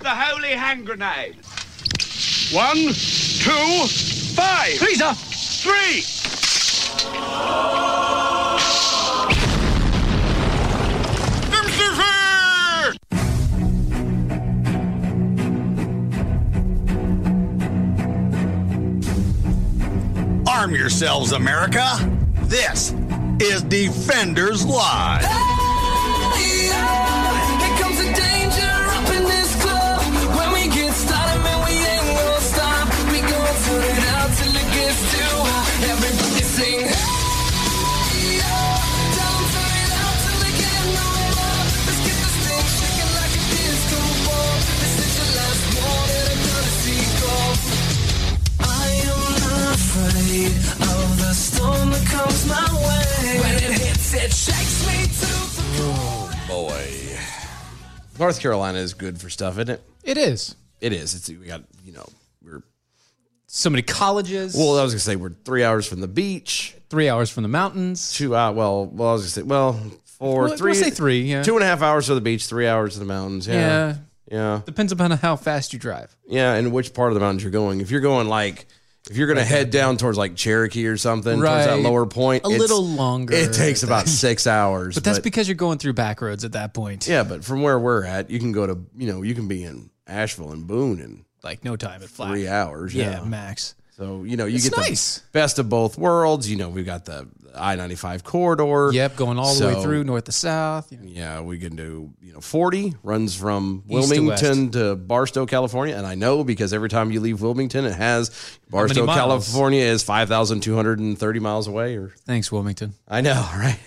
the holy hand grenade. One, two, five. Lisa! Three. Arm yourselves, America. This is Defenders Live. Here comes the danger up in this club. When we get started, man, we ain't gonna stop. We gonna turn it out till it gets too hot. Everybody sing. "Hey, yo, don't turn it out till it get no love." Let's get this thing shaking like a disco ball. This is your last warning, I'm gonna see go. I am not afraid of the storm that comes my way. When it hits, it shakes me to the core. Boy. North Carolina is good for stuff, isn't it? It is. It is. It's we got you know we're So many colleges. well. uh, I was gonna say we're three hours from the beach. three hours from the mountains. Two hours. Well, well, I was gonna say well four We'll- we'll 3 say three, yeah. Two and a half hours to the beach. Three hours to the mountains. Yeah. Yeah. Yeah. Depends upon how fast you drive. Yeah, and which part of the mountains you're going. If you're going like if you're gonna head down towards like Cherokee or something, towards that Right. lower point, A it's- little longer. It takes about six hours. But that's because you're going through back roads at that point. yeah, but from where we're at, you can go to you know you can be in Asheville and Boone in Like no time at flat. three hours. Yeah, max. so you know you It's get nice. the best of both worlds. You know we've got the I ninety five corridor. Yep, going all the So, way through north to south. you know. Yeah, we can do you know forty runs from East to west. Wilmington to, Barstow, California, and I know because every time you leave Wilmington, it has Barstow, miles? California is five thousand two hundred and thirty miles away. Or Thanks, Wilmington. I know, right?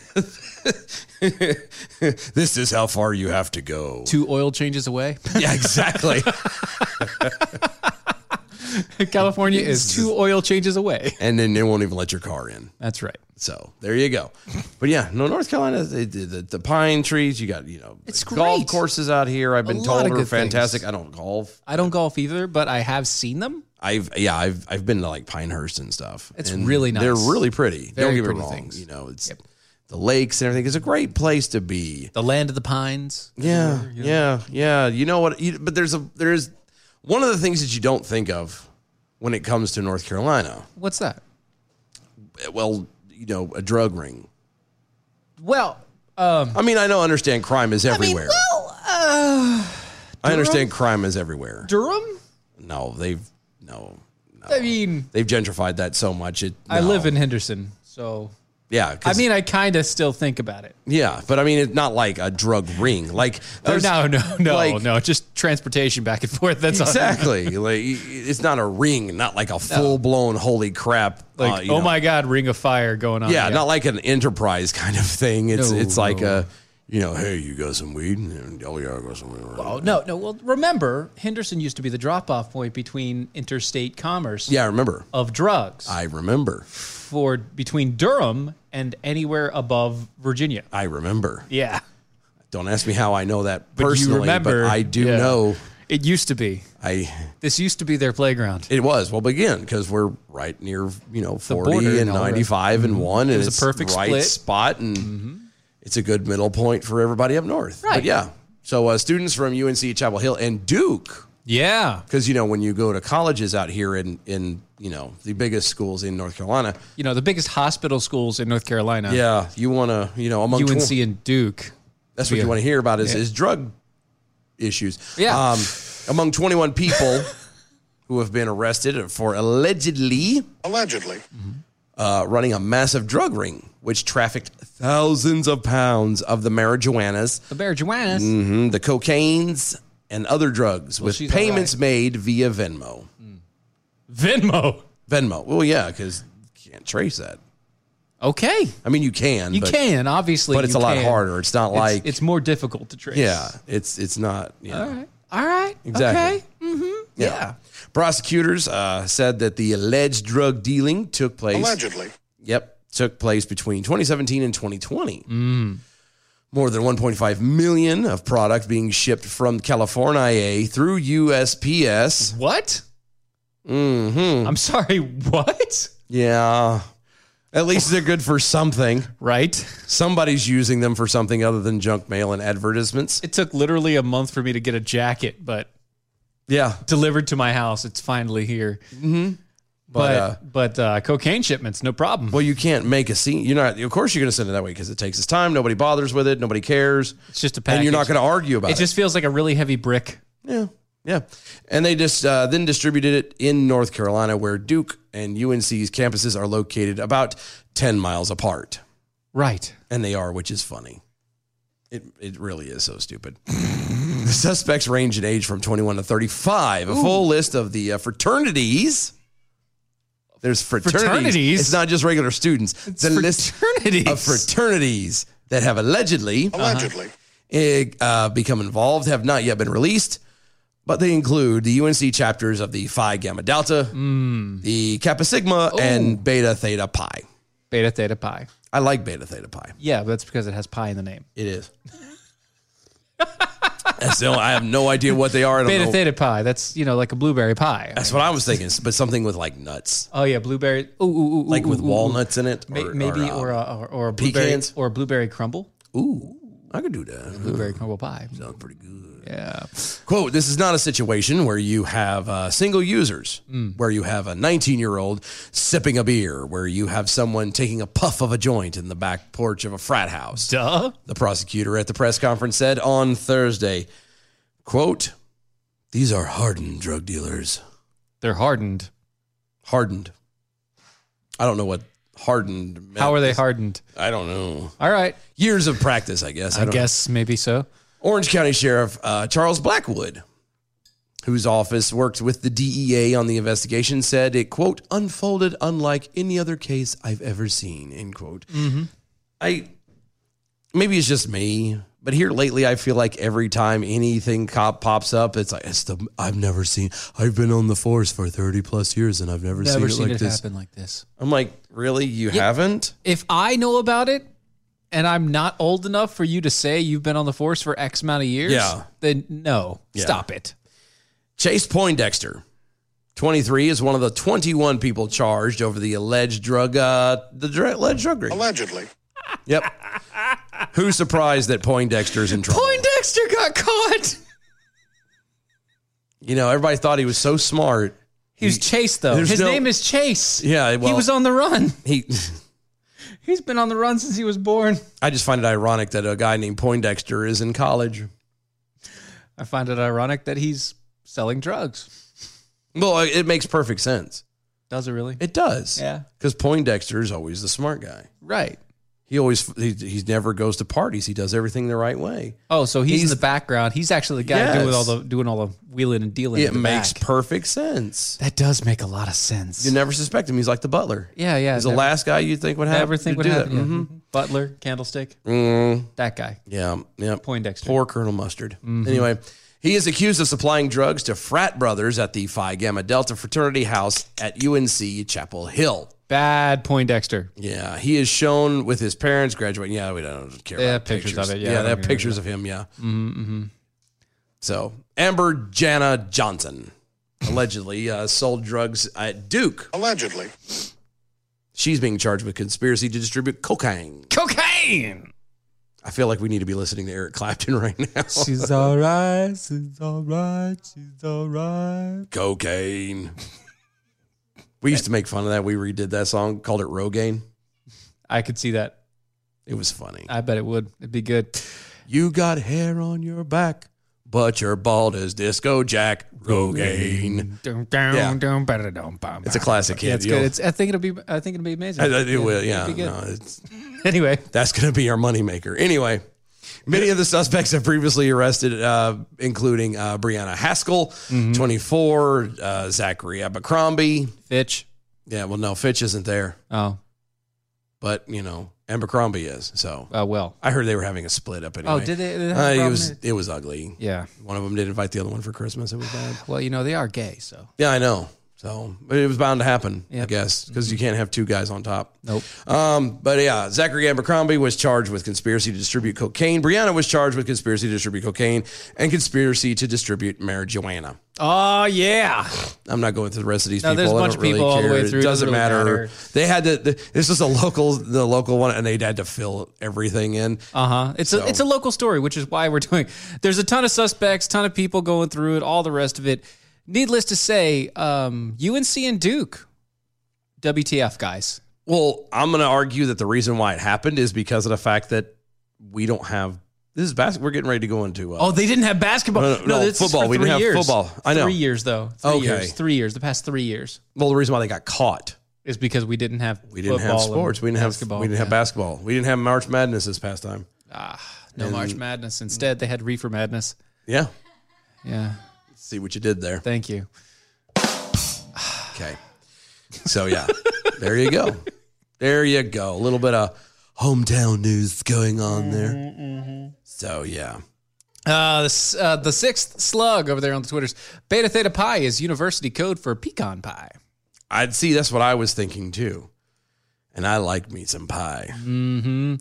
this is how far you have to go. Two oil changes away. Yeah, exactly. California is two oil changes away. and then they won't even let your car in. That's right. So there you go. But yeah, no, North Carolina, the, the, the- the pine trees, you got, you know, It's golf great. courses out here. I've been lot told of are good things. fantastic. I don't golf. I don't golf either, but I have seen them. I've, yeah, I've, I've been to like Pinehurst and stuff. It's and really They're nice. really pretty. don't Very get me pretty wrong. things. You know, it's the lakes and everything. It's a great place to be. The land of the pines. Yeah. Yeah. Yeah. You know what? You, but there's a, there's one of the things that you don't think of when it comes to North Carolina. What's that? Well, you know, a drug ring. Well, I mean, I don't understand crime is everywhere. I, well, uh, understand crime is everywhere. Durham. No, they've no, no. I mean, they've gentrified that so much. It. I no. live in Henderson, so Yeah, I 'cause- mean, I kind of still think about it. yeah, but I mean, it's not like a drug ring. Like, Oh, there's- no, no, no, like- no. Just transportation back and forth. That's all. Exactly. like, it's not a ring. Not like a full blown holy crap. uh, Like, you oh know. my God, Ring of Fire going on. Yeah, not like an enterprise kind of thing. It's No, it's like no. a. You know, hey, you got some weed? And, Oh yeah, I got some weed. Oh no, no. Well, remember, Henderson used to be the drop-off point between interstate commerce Yeah, I remember. of drugs I remember. for between Durham and anywhere above Virginia. I remember. Yeah, Don't ask me how I know that you personally, remember- but I do yeah. know it used to be. I This used to be their playground. it was well again because we're right near you know forty border and and all that. Mm-hmm. ninety five and one and was a it's perfect right split. Mm-hmm. spot and it's a good middle point for everybody up north. But Right. yeah, so uh, students from UNC Chapel Hill and Duke Yeah, because you know when you go to colleges out here in in you know the biggest schools in North Carolina, you know the biggest hospital schools in North Carolina. yeah, you want to you know among UNC 20 and Duke. That's what you Yeah. want to hear about is, is drug issues. Yeah. Um, among 21 people who have been arrested for allegedly Allegedly. uh, running a massive drug ring, which trafficked thousands of pounds of the marijuanas, The Bear Juanas. mhm, the cocaines, and other drugs with she's payments all made via Venmo. Venmo. Venmo. Well, yeah, because you can't trace that. Okay. I mean, you can. You but, can, obviously. But it's you a lot can. harder. It's not like. it's, it's more difficult to trace. yeah, it's it's not. You know. All right. All right. Exactly. Okay. Mm-hmm. Yeah. Prosecutors uh, said that the alleged drug dealing took place. Allegedly. Yep, took place between 2017 and 2020. Mm. More than 1.5 million of product being shipped from California through USPS. What? hmm I'm sorry. What? Yeah, at least they're good for something. Right. Somebody's using them for something other than junk mail and advertisements. It took literally a month for me to get a jacket, but Yeah. delivered to my house. It's finally here. But, uh, But but uh, cocaine shipments, no problem. well, you can't make a scene. You're not, of course, you're going to send it that way because it takes its time. Nobody bothers with it. Nobody cares. It's just a and you're not package. going to argue about it. it just feels like a really heavy brick. Yeah, yeah. And they just uh, then distributed it in North Carolina, where Duke and UNC's campuses are located about ten miles apart, Right. and they are, which is funny. It it really is so stupid. the suspects range in age from 21 to 35. A full list of the uh, fraternities. There's fraternities. Fraternities? It's not just regular students. It's the list Fraternities. of fraternities that have allegedly Uh-huh. Allegedly. eh, uh, become involved have not yet been released, but they include the UNC chapters of the Phi Gamma Delta, Hmm. the Kappa Sigma, Oh. and Beta Theta Pi. Beta Theta Pi. I like Beta Theta Pi. Yeah, but that's because it has pi in the name. It is. so I have no idea what they are. I don't Beta know. Theta Pi. That's you know like a blueberry pie. That's what I was thinking, but something with like nuts, Oh yeah, blueberry. Ooh, ooh, ooh, like ooh, with ooh, ooh. walnuts in it, May- maybe or, uh, uh, a or, or a blueberry pecans? or a blueberry crumble. ooh, I could do that. Blueberry crumble pie. Sounds pretty good. Yeah. quote this is not a situation where you have uh, single users Mm. where you have a 19 year old sipping a beer where you have someone taking a puff of a joint in the back porch of a frat house Duh. the prosecutor at the press conference said on thursday quote these are hardened drug dealers They're hardened. hardened i don't know what hardened meant. How are they hardened? i don't know All right. years of practice i guess I, don't know. guess maybe so. Orange County Sheriff uh, Charles Blackwood, whose office worked with the DEA on the investigation, said it, quote, unfolded unlike any other case I've ever seen, end quote. I, maybe it's just me, but here lately I feel like every time anything cop pops up, it's like, it's the, I've never seen, I've been on the force for 30 plus years and I've never, seen it like this. happen like this. I'm like, really? You haven't? If I know about it and I'm not old enough for you to say you've been on the force for X amount of years, Yeah. then no, Yeah. stop it. Chase Poindexter, 23, is one of the 21 people charged over the alleged drug, uh, the dr- alleged drug ring. Allegedly. Yep. Who's surprised that Poindexter's in trouble? Poindexter got caught. you know, everybody thought he was so smart. He was Chase though. There's His no- name is Chase. Yeah, well- he was on the run. He, He's been on the run since he was born. I just find it ironic that a guy named Poindexter is in college. I find it ironic that he's selling drugs. Well, uh, it makes perfect sense. Does it really? It does. Yeah. Because Poindexter is always the smart guy. Right. He always, he, he never goes to parties. He does everything the right way. Oh, so he's, He's- in the background. He's actually the guy Yes. doing all the doing all the wheeling and dealing. It in the makes back. perfect sense. that does make a lot of sense. You never suspect him. He's like the butler. Yeah, yeah, He's the never- last guy you think would have. Everything to would do happen. That. yeah. Mm-hmm. Mhm. Butler, candlestick, that guy. Yeah, Mm-hmm. yeah. Poindexter. Poor Colonel Mustard. Mm-hmm. Anyway, he is accused of supplying drugs to frat brothers at the Phi Gamma Delta fraternity house at UNC Chapel Hill. Bad Poindexter. Yeah, he is shown with his parents graduating. Yeah, we don't care. They about have pictures of it. Yeah, I yeah don't they have remember pictures of him. Yeah. Mm-hmm, So Amber Jana Johnson allegedly uh, sold drugs at Duke. Allegedly. She's being charged with conspiracy to distribute cocaine. Cocaine. I feel like we need to be listening to Eric Clapton right now. She's all right. She's all right. She's all right. cocaine. We used to make fun of that. We redid that song, called it Rogaine. I could see that. It was funny. I bet it would. It'd be good. You got hair on your back, but you're bald as Disco Jack Rogaine. Dum, Yeah. dum, dum, ba-da, dum, bum, It's a bum. classic hit. Yeah, it's You'll- good. It's, I think it'll be. I think it'll be amazing. I- I- it will, it'd yeah. be good. no, it's- Anyway, that's going to be our moneymaker. Anyway, many of the suspects have previously arrested, uh, including uh, Brianna Haskell, Mm-hmm. 24, uh, Zachary Abercrombie. Fitch. Yeah, well, no, Fitch isn't there, Oh, but, you know, Abercrombie is. So uh, well. I heard they were having a split up anyway. Oh, did they? they have a Uh, it problem was there? it was ugly. Yeah. One of them did invite the other one for Christmas. It was bad. Well, you know they are gay, so Yeah, I know. So but it was bound to happen, I Yep. guess, because you can't have two guys on top. nope. Um, but yeah, Zachary Abercrombie was charged with conspiracy to distribute cocaine. Brianna was charged with conspiracy to distribute cocaine and conspiracy to distribute marijuana. Oh yeah. I'm not going through the rest of these No, people. there's a I bunch don't of people really all the care. way through. It It doesn't doesn't really matter. matter. They had to. The, this was a local, the local one, and they had to fill everything in. Uh huh. It's a it's a local story, which is why we're doing. There's a ton of suspects, ton of people going through it, all the rest of it. Needless to say, um, UNC and Duke, WTF guys. Well, I'm going to argue that the reason why it happened is because of the fact that we don't have this is basketball. We're getting ready to go into. Uh, Oh, they didn't have basketball. No, no, no, this is football. for We didn't three have years. football. I know. Three years though. Three Okay. years. Three years. The past three years well, the reason why they got caught. is because we didn't have We didn't have sports. We didn't have we didn't have basketball. We didn't have March Madness this past time. no March Madness. Instead, they had Reefer Madness. Yeah. Yeah. See what you did there. Thank you. Okay. So yeah, there you go. There you go. A little bit of hometown news going on there. So yeah. Uh, this, uh, the sixth slug over there on the Twitters. Beta Theta Pi is university code for pecan pie. I'd see that's what I was thinking too. And I like me some pie. Mm-hmm.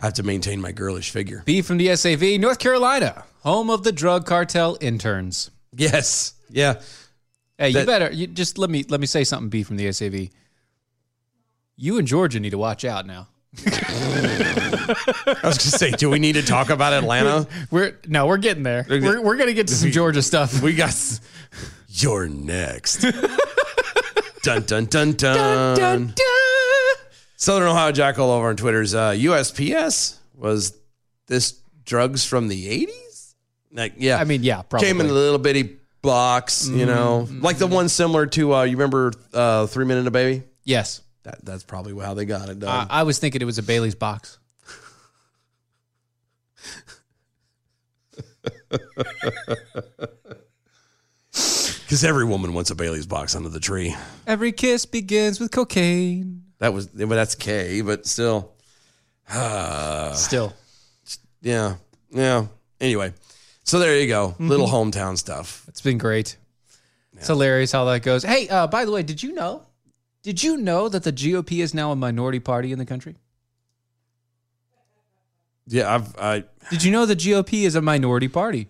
I have to maintain my girlish figure. B from the SAV, North Carolina, home of the drug cartel interns. Yes. Yeah. Hey, you That- better you just let me let me say something. B from the SAV. You and Georgia need to watch out now. I was gonna say, do we need to talk about Atlanta? We're no, we're getting there. Okay. We're, we're gonna get to some Georgia stuff. We got s- you're next. dun, dun, dun, dun, dun, Dun, dun. Southern Ohio Jack all over on Twitter's uh, USPS was this drugs from the eighties? Like yeah, Mm-hmm. I mean, yeah, probably. came in a little bitty box, you know, like the one similar to uh, you remember uh, Three Men and a Baby. yes, That that's probably how they got it done. I, I was thinking it was a Bailey's box. Because every woman wants a Bailey's box under the tree. Every kiss begins with cocaine. That was, well, that's K, but still, Still, yeah, yeah. Anyway, so there you go, little hometown stuff. it's been great. It's hilarious how that goes. Hey, uh, by the way, did you know? Did you know that the GOP is now a minority party in the country? Yeah, I've, I, Did you know the GOP is a minority party?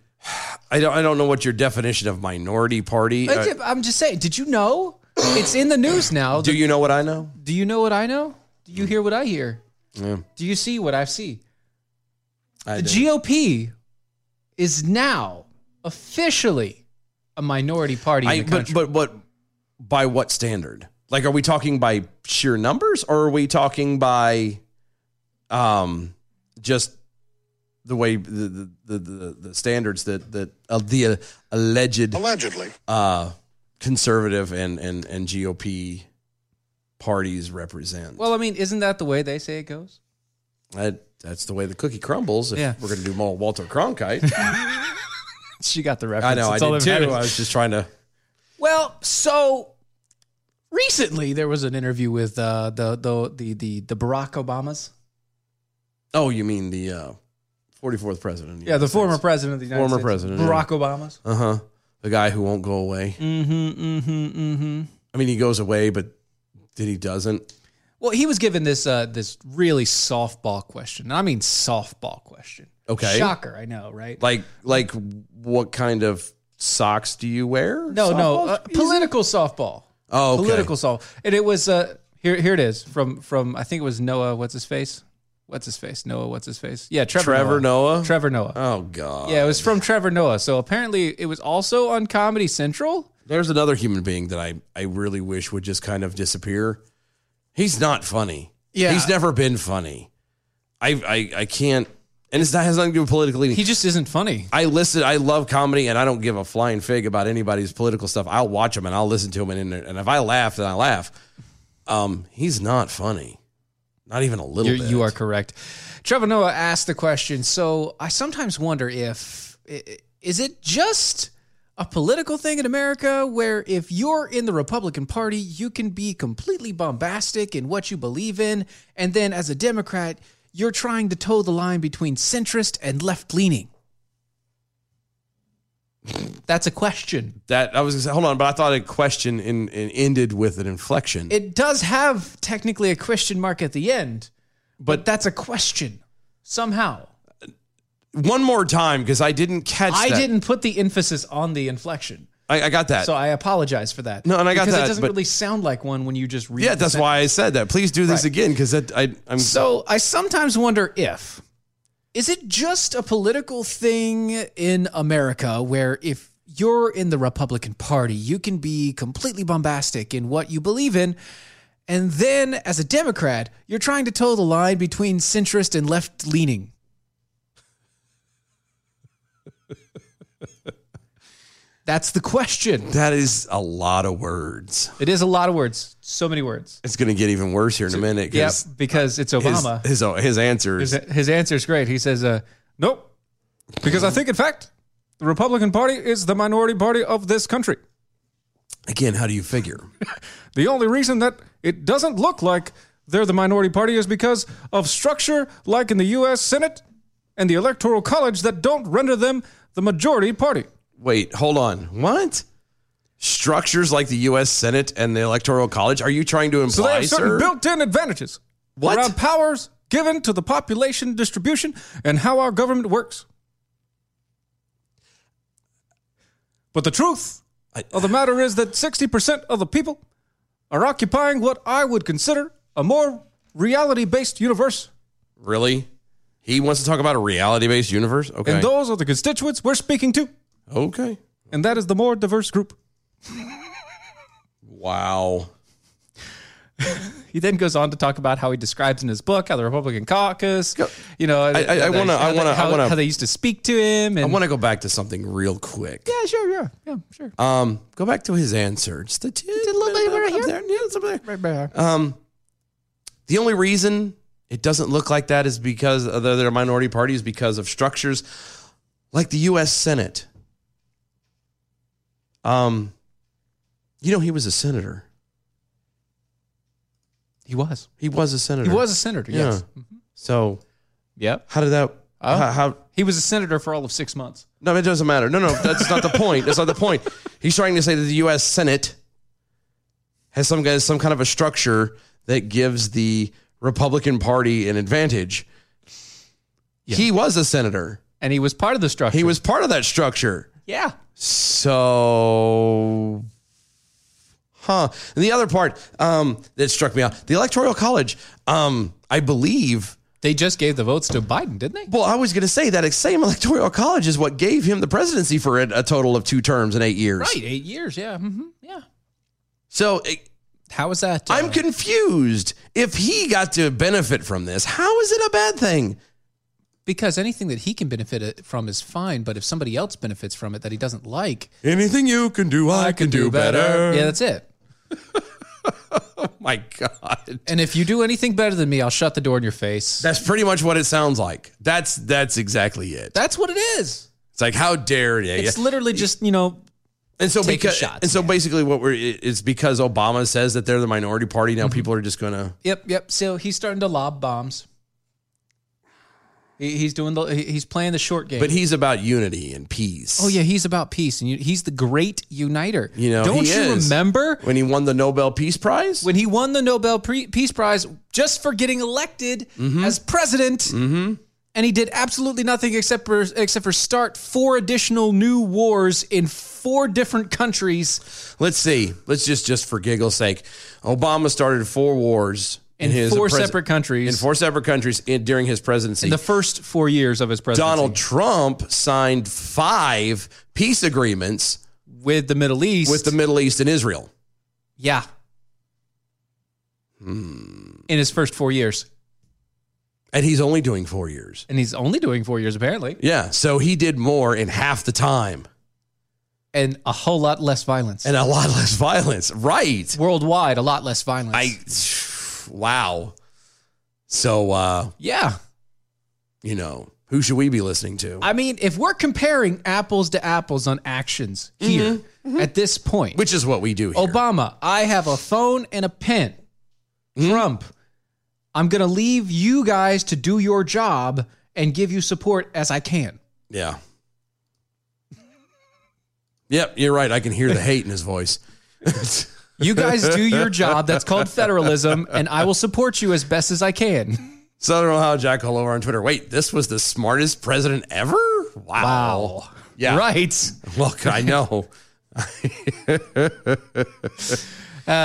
I don't, I don't know what your definition of minority party. I uh, ju- I'm just saying. Did you know? It's in the news now. do you know what I know? Do you know what I know? Do you hear what I hear? Do you see what I see? I The do. GOP is now officially a minority party in I- the but, country. but what? By what standard? Like, are we talking by sheer numbers, or are we talking by, um, just the way the the the, the, the standards that that uh, the uh, alleged Allegedly. uh conservative and and and GOP parties represent? well, I mean, isn't that the way they say it goes? I, that's the way the cookie crumbles. If Yeah. we're gonna do more Walter Cronkite, She got the I reference. know I It's all did that too. matters. I was just trying to. Well, so recently there was an interview with uh, the, the the the the Barack Obamas. Oh, you mean the uh, 44th president? of Yeah, the United former States. president of the United Former States. president, yeah. Barack Obamas. Uh huh. The guy who won't go away. Mm-hmm. Mm-hmm. Mm-hmm. I mean, he goes away, but then he doesn't. Well, he was given this uh, this really softball question. I mean, softball question. Okay. Shocker, I know, right? Like, like, what kind of socks do you wear? no, no, Softball? uh, political softball. oh, okay. Political softball. And it was uh, here. Here it is from from I think it was Noah. What's his face? What's his face? Noah. What's his face? Yeah, Trevor. Trevor Noah. Trevor Noah. Oh God. yeah, it was from Trevor Noah. So apparently, it was also on Comedy Central. There's another human being that I I really wish would just kind of disappear. He's not funny. Yeah. He's never been funny. I I I can't. And it's, that has nothing to do with political leaning. He just isn't funny. I listen. I love comedy, and I don't give a flying fig about anybody's political stuff. I'll watch them and I'll listen to them, and and if I laugh, then I laugh. Um, he's not funny, not even a little You're, bit. you are correct. Trevor Noah asked the question. So I sometimes wonder if i- i- is it just a political thing in America where if you're in the Republican Party, you can be completely bombastic in what you believe in, and then as a Democrat, you're trying to toe the line between centrist and left leaning. That's a question. that. I was gonna say, hold on, but I thought a question in, in ended with an inflection. It does have technically a question mark at the end, but that's a question somehow. One more time, because I didn't catch. I that. didn't put the emphasis on the inflection, I, I got that. so I apologize for that. No, and I got because that, it doesn't but- really sound like one when you just read. yeah, the that's sentence. why I said that. Please do this Right. again, because that I I'm So I sometimes wonder if is it just a political thing in America where if you're in the Republican Party, you can be completely bombastic in what you believe in. And then as a Democrat, you're trying to toe the line between centrist and left leaning. That's the question. That is a lot of words. It is a lot of words, so many words. It's going to get even worse here in a minute Yep, because because it's Obama. his, his his answers. His, his answer is great. He says, uh, "Nope, because I think, in fact, the Republican Party is the minority party of this country. Again, how do you figure? The only reason that it doesn't look like they're the minority party is because of structure, like in the U.S. Senate and the Electoral College, that don't render them the majority party." Wait, hold on. What? Structures like the U.S. Senate and the Electoral College. Are you trying to imply, So they have certain sir? built-in advantages What? around powers given to the population distribution and how our government works. But the truth I- of the matter is that 60% of the people are occupying what I would consider a more reality-based universe. really? He wants to talk about a reality-based universe. Okay. And those are the constituents we're speaking to, okay. and that is the more diverse group. Wow. He then goes on to talk about how he describes in his book how the Republican caucus, you know, I- I how they- wanna- I how they- wanna- I how- wanna- how they used to speak to him, I and want to go back to something real quick. Yeah, sure, yeah, yeah, sure. Um, go back to his answer. Just a, little bit right here. There. Yeah, it's up there. Um, the only reason it doesn't look like that is because of the, their minority party is because of structures like the U.S. Senate. Um, you know, he was a senator. he was. He was a senator. He was a senator. Yeah. Yes. So Yep. how did that? Oh. How, how? He was a senator for all of six months. No, it doesn't matter. No, no, that's not the point. That's not the point. He's trying to say that the U.S. Senate has some guys some kind of a structure that gives the Republican Party an advantage. He was a senator. And he was part of the structure. He was part of that structure. Yeah. So, huh? And the other part um, that struck me out: the Electoral College. Um, I believe. They just gave the votes to Biden, didn't they? Well, I was going to say that same Electoral College is what gave him the presidency for a, a total of two terms and eight years. Right. Eight years. Yeah. Mm-hmm. Yeah. So it, How was that? uh, I'm confused. If he got to benefit from this, how is it a bad thing? because anything that he can benefit it from is fine, but if somebody else benefits from it that he doesn't like, Anything you can do, I, can, do, better. Yeah, that's it. My God, And if you do anything better than me, I'll shut the door in your face. that's pretty much what it sounds like. That's that's exactly it. That's what it is. It's like how dare you? It's literally just you know and so taking because shots, and so yeah. basically what we're it- it's because Obama says that they're the minority party Mm-hmm. now. People are just gonna Yep, yep. So he's starting to lob bombs. He- He's doing the. he- He's playing the short game. but he's about unity and peace. oh yeah, he's about peace, and you, he's the great uniter. You know, don't he you is. remember When he won the Nobel Peace Prize, when he won the Nobel Pre- Peace Prize just for getting elected Mm-hmm. as president? And he did absolutely nothing except for except for start four additional new wars in four different countries let's see. Let's just just for giggle's sake, Obama started four wars in his four pres- separate countries in four separate countries in, during his presidency. in the first four years of his presidency Donald Trump signed five peace agreements with the Middle East with the Middle East and Israel. Yeah. Hmm. In his first four years. And he's only doing four years. And he's only doing four years, apparently. Yeah. So he did more in half the time And a whole lot less violence. and a lot less violence. Right. Worldwide, a lot less violence. I, wow. So, uh, yeah. you know, who should we be listening to? I mean, if we're comparing apples to apples on actions here at this point, Mm-hmm. Which is what we do here. Obama, I have a phone and a pen. Mm-hmm. Trump, I'm going to leave you guys to do your job and give you support as I can. yeah. Yep. You're right. I can hear the hate in his voice. You guys do your job. That's called federalism. And I will support you as best as I can. Southern Ohio Jack all over on Twitter. Wait, this was the smartest president ever? Wow. Wow. Yeah. Right. Look, I know. Uh,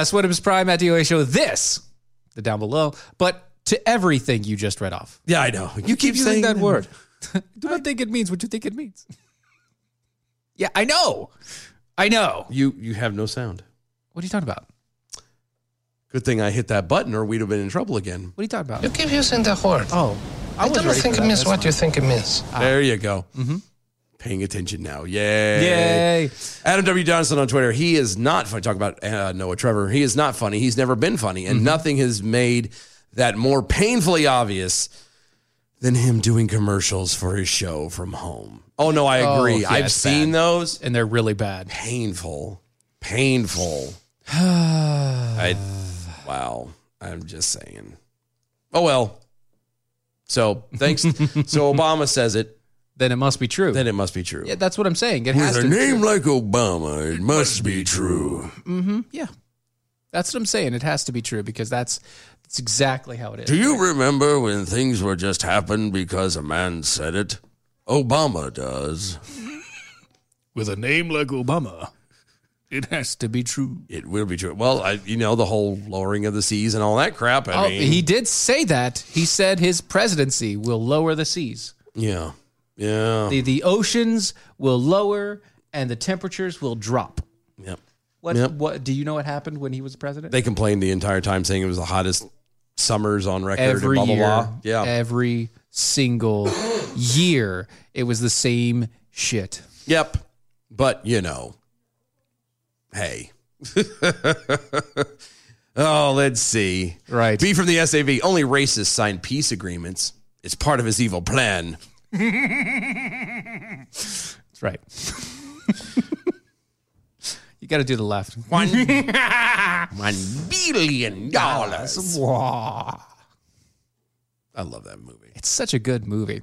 Sweatums Prime at DOA Show. This, the down below, but to everything you just read off. Yeah, I know. You, keep, using saying that word. I do not think it means what you think it means. Yeah, I know. I know. You you have no sound. What are you talking about? Good thing I hit that button, or we'd have been in trouble again. What are you talking about? You keep using the word. Oh, I, I was don't ready think for it that. means That's what fine. you think it means. There you go. Paying attention now. Mm-hmm. Yay. Yay! Adam W. Johnson on Twitter. He is not funny. Talk about uh, Noah Trevor. He is not funny. He's never been funny. Mm-hmm. And nothing has made that more painfully obvious than him doing commercials for his show from home. Oh, no, I Oh, agree. yeah, I've it's seen those. And they're really bad. Painful. Painful. I, wow. I'm just saying. Oh, well. So thanks. so Obama says it. Then it must be true. Then it must be true. yeah, that's what I'm saying. It has With to. a be true. name like Obama, it must be true. Yeah, that's what I'm saying. It has to be true because that's that's exactly how it Do is. you remember when things were just happened because a man said it? Obama does. With a name like Obama, it has to be true. It will be true. Well, I, you know the whole lowering of the seas and all that crap. I Oh, mean, he did say that. He said his presidency will lower the seas. yeah, yeah, The the oceans will lower and the temperatures will drop. yep. What Yep. what do you know what happened when he was president? They complained the entire time, saying it was the hottest summers on record. and every blah, blah, year, blah. Yeah, every single year, it was the same shit. yep. But you know, hey. oh, let's see. Right. B from the SAV. Only racists sign peace agreements. It's part of his evil plan. That's right. you got to do the left. One, one billion dollars. Wah. I love that movie. It's such a good movie.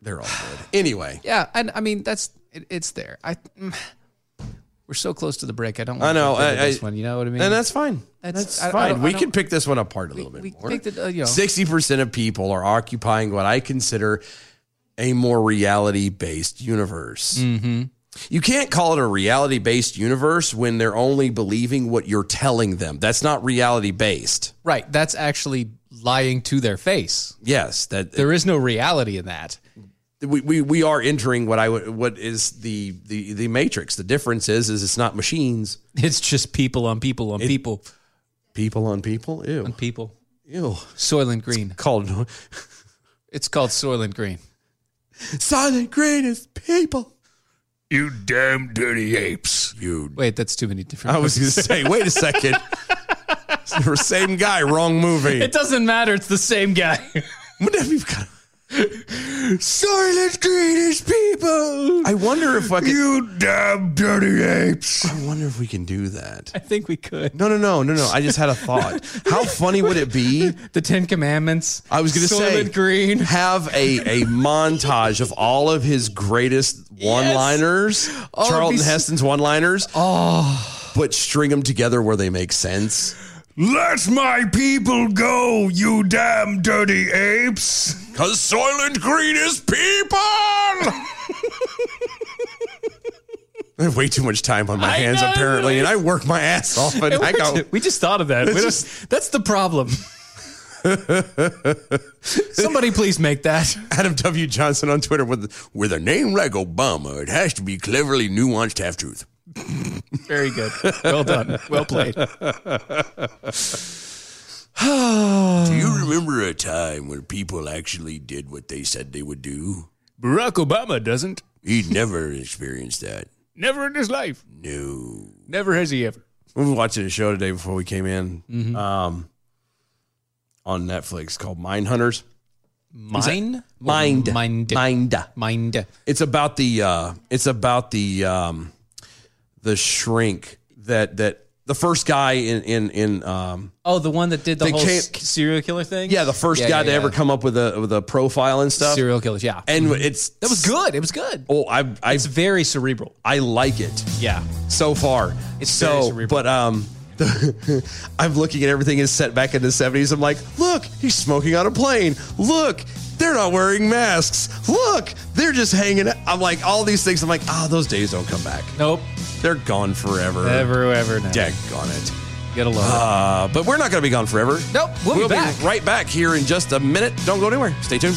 They're all good. Anyway, Yeah, and I mean that's it, it's there. I mm, we're so close to the break. I don't. I wanna know, get rid of I- this I- one. You know what I mean? and that's fine. That's- That's I- I fine. don't- I we don't- can pick this one apart a little bit we more. picked it, uh, you know. Sixty percent of people are occupying what I consider a more reality-based universe. Mm-hmm. You can't call it a reality-based universe when they're only believing what you're telling them. That's not reality-based. right. That's actually lying to their face. Yes, that There is no reality in that. we, we we are entering what I would what is the the the matrix. The difference is is it's not machines. It's just people on people on people People on people. Ew. on people. Ew. Soylent Green. Called It's called Soylent Green. silent greatest people. You damn dirty apes. You. Wait, that's too many different. I was going to say. Wait a second. It's the Same guy, wrong movie. It doesn't matter. It's the same guy. Wouldn't that be kind of- silent greatest people. I wonder if I can. You damn dirty apes. I wonder if we can do that. I think we could. No, no, no, no, no. I just had a thought. How funny would it be The Ten Commandments. I was going to say, Soylent Green. have a, a montage of all of his greatest one liners, Oh, it'd Charlton be s- Ah. Heston's one liners. Oh, but string them together where they make sense. Let my people go, you damn dirty apes. Cause Soylent Green is people. I have way too much time on my I hands, know, apparently, right? and I work my ass off. And I go, we just thought of that. We don't- that's the problem. Somebody please make that. Adam W. Johnson on Twitter with with a name like Obama, it has to be cleverly nuanced half truth. Very good. Well done. Well played. Do you remember a time when people actually did what they said they would do? Barack Obama doesn't. He never experienced that. Never in his life. No. Never has he ever. We were watching a show today before we came in um, on Netflix called Mind Hunters. Mine? Mind. Mind. Mind. Mind. It's about the uh, it's about the um, the shrink that that the first guy in in in um, Oh, the one that did the, They whole can't- s- serial killer thing? yeah the first guy to yeah. ever come up with a with a profile and stuff. Serial killers, yeah. And it's that was good. It was good. Oh, I I It's very cerebral. I like it. Yeah. so far. It's very so, cerebral. but um, I'm looking at everything is set back in the 70s. I'm like, look, he's smoking on a plane. Look, they're not wearing masks. Look, they're just hanging. out. I'm like, all these things. I'm like, ah, those days don't come back. Nope. They're gone forever. Ever, ever, never. on it. Get along. Uh, but we're not going to be gone forever. Nope, we'll be back. right back here in just a minute. Don't go anywhere. Stay tuned.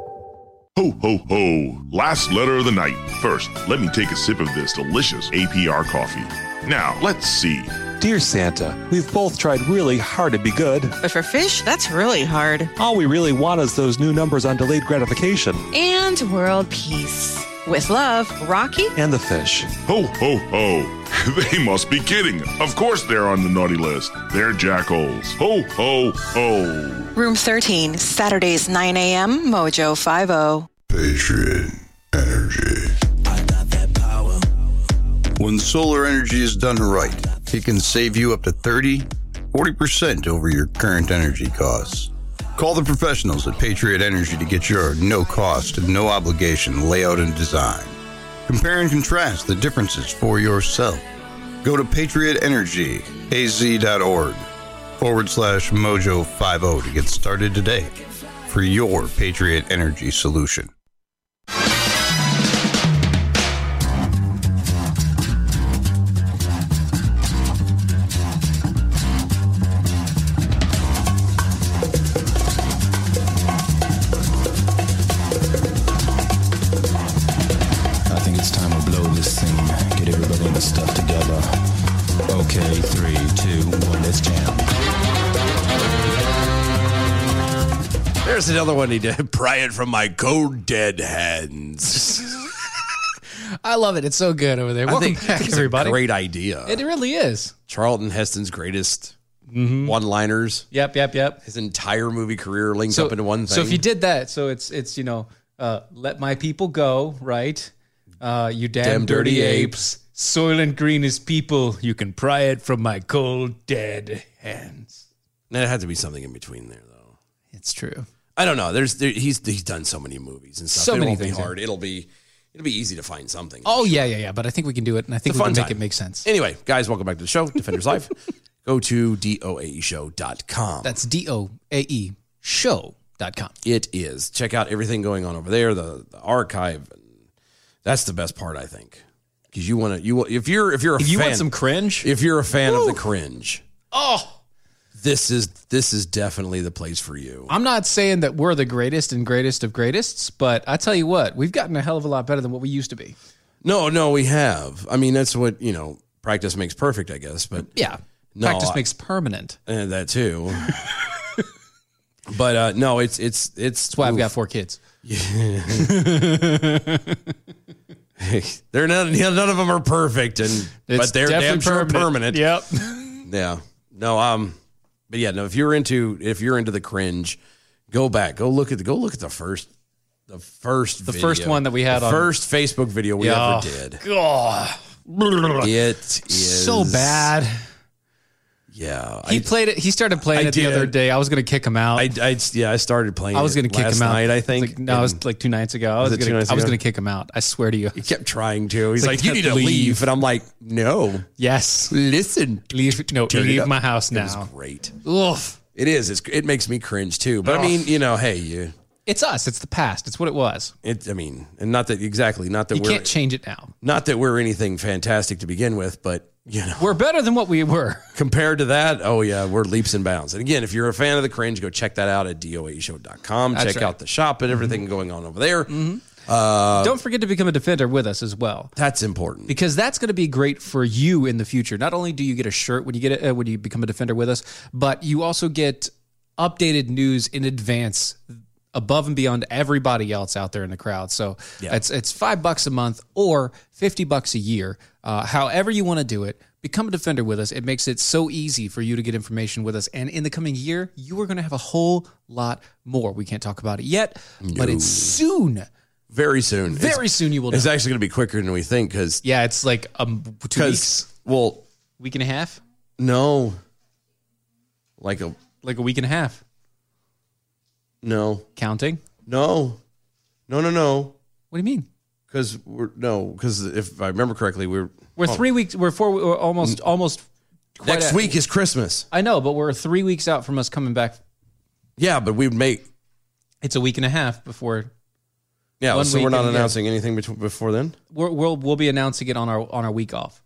Ho, ho, ho. Last letter of the night. First, let me take a sip of this delicious APR coffee. Now, let's see. Dear Santa, we've both tried really hard to be good. But for fish, that's really hard. All we really want is those new numbers on delayed gratification. And world peace. With love, Rocky. And the fish. Ho, ho, ho. They must be kidding. Of course they're on the naughty list. They're jackals. Ho, ho, ho. Room 13, Saturdays 9 a.m. Mojo oh. 50. Patriot Energy. When solar energy is done right, it can save you up to 30, 40% over your current energy costs. Call the professionals at Patriot Energy to get your no cost and no obligation layout and design. Compare and contrast the differences for yourself. Go to patriotenergyaz.org forward slash mojo50 to get started today for your Patriot Energy solution. I think it's time to blow this thing. Get everybody in the stuff together. Okay, three, two, one, let's jam. There's another one. Need to pry it from my cold dead hands. I love it. It's so good over there. I Welcome think back, it's everybody. A great idea. it really is. Charlton Heston's greatest Mm-hmm. one-liners. Yep, yep, yep. His entire movie career linked up into one thing. So if you did that, so it's it's you know, uh, let my people go, right? Uh, you damn, Damn dirty, dirty apes. Soylent Green is people. You can pry it from my cold dead hands. There had to be something in between there, though. It's true. I don't know. There's there, he's he's done so many movies and stuff. So it many won't things, be yeah. hard. It'll be it'll be easy to find something. Oh yeah, yeah, yeah. But I think we can do it, and I think It's a we can fun make time. it make sense. Anyway, guys, welcome back to the show, Defenders Life. Go to E doaeshow.com. That's d o a e show.com. It is. Check out everything going on over there. The, the archive. That's the best part, I think, because you want to. You wa- if you're if you're a If you fan, want some cringe, if you're a fan of the cringe, oh, this is this is definitely the place for you. I'm not saying that we're the greatest and greatest of greatest, but I tell you what, we've gotten a hell of a lot better than what we used to be. No, no, we have. I mean, that's what you know. Practice makes perfect, I guess. But Yeah. No, Practice I- makes permanent. eh, that too. but uh, no, it's it's it's That's why I've got four kids. They're not none of them are perfect, and but they're damn definitely sure permanent. Yep. Yeah. No, um but yeah, no, if you're into if you're into the cringe, go back. Go look at the go look at the first the first The first one that we had the on- first Facebook video we Yeah. ever did. God. It is So bad. Yeah. He I, played it. He started playing I it the did. other day. I was going to kick him out. I, I, I yeah, I started playing was it going to kick last him out. night, I It's think. like- no, it was and like two nights ago. I was, it two gonna, nights I was ago? going to kick him out. I swear to you. he kept trying to. He's It's like, like, You "Have need to to leave. leave." And I'm like, No. Yes. Listen. Leave. No, Turn it leave up. my house It was now. great. Oof. It is. It's, it makes me cringe too. But I mean, you know, hey, you It's us. It's the past. It's what it was. it I mean, and not that exactly, not that You we're can't change it now. not that we're anything fantastic to begin with, but you know, We're better than what we were. compared to that, oh yeah, we're leaps and bounds. And again, if you're a fan of the cringe, go check that out at doaeshow.com. That's check right. Mm-hmm. out the shop and everything going on over there. Um, Don't forget to become a defender with us as well. That's important. because that's going to be great for you in the future. Not only do you get a shirt when you get it, uh, when you become a defender with us, but you also get updated news in advance above and beyond everybody else out there in the crowd. So it's it's five bucks a month or fifty bucks a year, uh, however you want to do it. Become a defender with us. It makes it so easy for you to get information with us. And in the coming year, you are going to have a whole lot more. We can't talk about it yet, but No. it's soon. Very soon. Very soon you will know. It's actually going to be quicker than we think because yeah, it's like um two weeks. Well, week and a half. No, like a like a week and a half. No counting. No, no, no, no. What do you mean? Because we're no. Because if I remember correctly, we're We're oh, Mm. three weeks. We're four. We're almost almost. quite Next a- week is Christmas. I know, but we're three weeks out from us coming back. Yeah, but we make. It's a week and a half before. Yeah, one so we're week not and- announcing anything betw- before then. We're, we'll we'll be announcing it on our on our week off.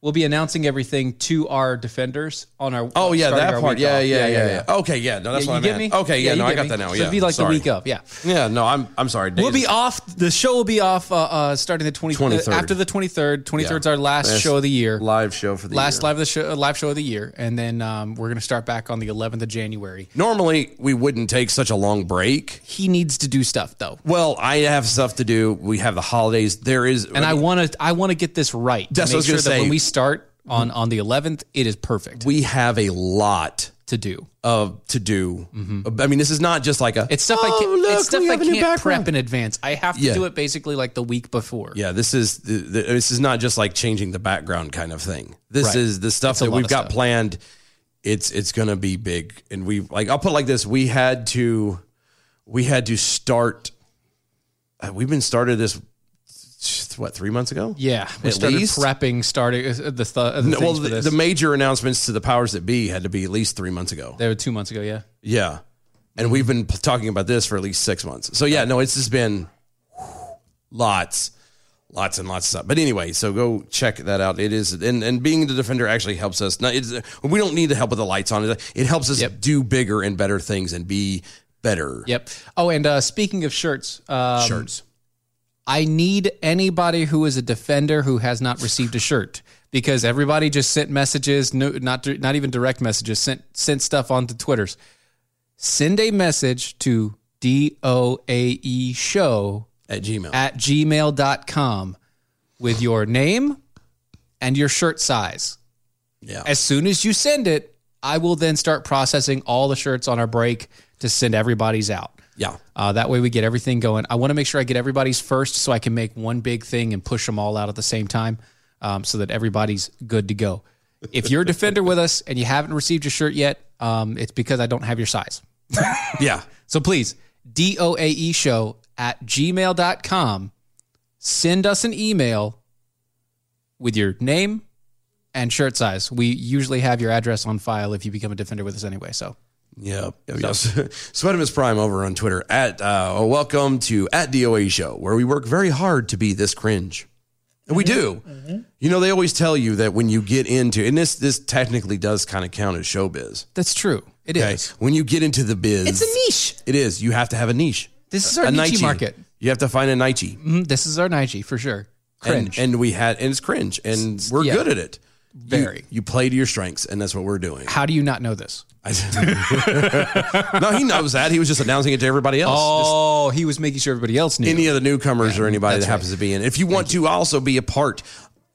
We'll be announcing everything to our defenders on our. Oh yeah, starting that our part. week Yeah off. yeah yeah, yeah, Okay, yeah. No, that's Yeah, what you I get meant. me? Okay, yeah. Yeah, no, you I get got me? that now. So Yeah, it'd be like the sorry. week up, yeah. Yeah. No, I'm I'm sorry. We'll Days- be off. The show will be off uh, uh, starting the twenty 23rd. after the twenty third. Twenty Yeah. third is our last Last show of the year, live show for the last year. live of the show, uh, live show of the year, and then um, we're gonna start back on the eleventh of January. Normally, we wouldn't take such a long break. He needs to do stuff though. Well, I have stuff to do. We have the holidays. There is, And I want to I want to get this right. to That's what I make was gonna that say. Mm-hmm. When we start on on the eleventh, it is perfect. we have a lot to do. Of to do. I mean, this is not just like a. Mm-hmm. It's stuff I "Oh, can't, look, it's stuff we I have a new can't background." prep in advance. I have to Yeah. do it basically like the week before. Yeah, this is the, the, this is not just like changing the background kind of thing. This Right. is the stuff a that lot we've of got planned. It's it's gonna be big, and we like I'll put it like this: we had to we had to start. uh, We've been started this what three months ago? Yeah, we At started least? prepping, starting uh, the, th- uh, the No, well, things for the, this. the major announcements to the powers that be had to be at least three months ago. They were two months ago. Yeah, Yeah, and we've been p- talking about this for at least six months. So yeah, no, it's just been lots, lots and lots of stuff. But anyway, so go check that out. It is, and and being the defender actually helps us. Now, it's, we don't need the help with the lights on. It it helps us do bigger and better things and be better. Yep. Oh, and uh, speaking of shirts, um, Shirts. I need anybody who is a defender who has not received a shirt because everybody just sent messages, no, not not even direct messages, sent sent stuff onto Twitters. Send a message to doae E show at gmail at gmail.com with your name and your shirt size. Yeah. As soon as you send it, I will then start processing all the shirts on our break to send everybody's out. Yeah. Uh, that way we get everything going. I want to make sure I get everybody's first so I can make one big thing and push them all out at the same time um, so that everybody's good to go. If you're a defender with us and you haven't received your shirt yet, um, it's because I don't have your size. yeah. So please, DOAE E show at gmail.com. Send us an email with your name and shirt size. We usually have your address on file if you become a defender with us anyway. So Yep. Sweatimus Prime over on Twitter at uh, welcome to at DOA show where we work very hard to be this cringe. And we Mm-hmm. do. You know, they always tell you that when you get into and this this technically does kind of count as showbiz. that's true. It is. okay? When you get into the biz, It's a niche. It is. You have to have a niche. This is our A niche market. You have to find a niche. Mhm, This is our Nige for sure. And, Cringe. and we had and it's cringe and we're yeah. good at it. You- Very. You, play to your strengths and that's what we're doing. How do you not know this? no, he knows that. He was just announcing it to everybody else. Oh, he was making sure everybody else knew. any of the newcomers or anybody that that's happens to be in. If you want to also be a part,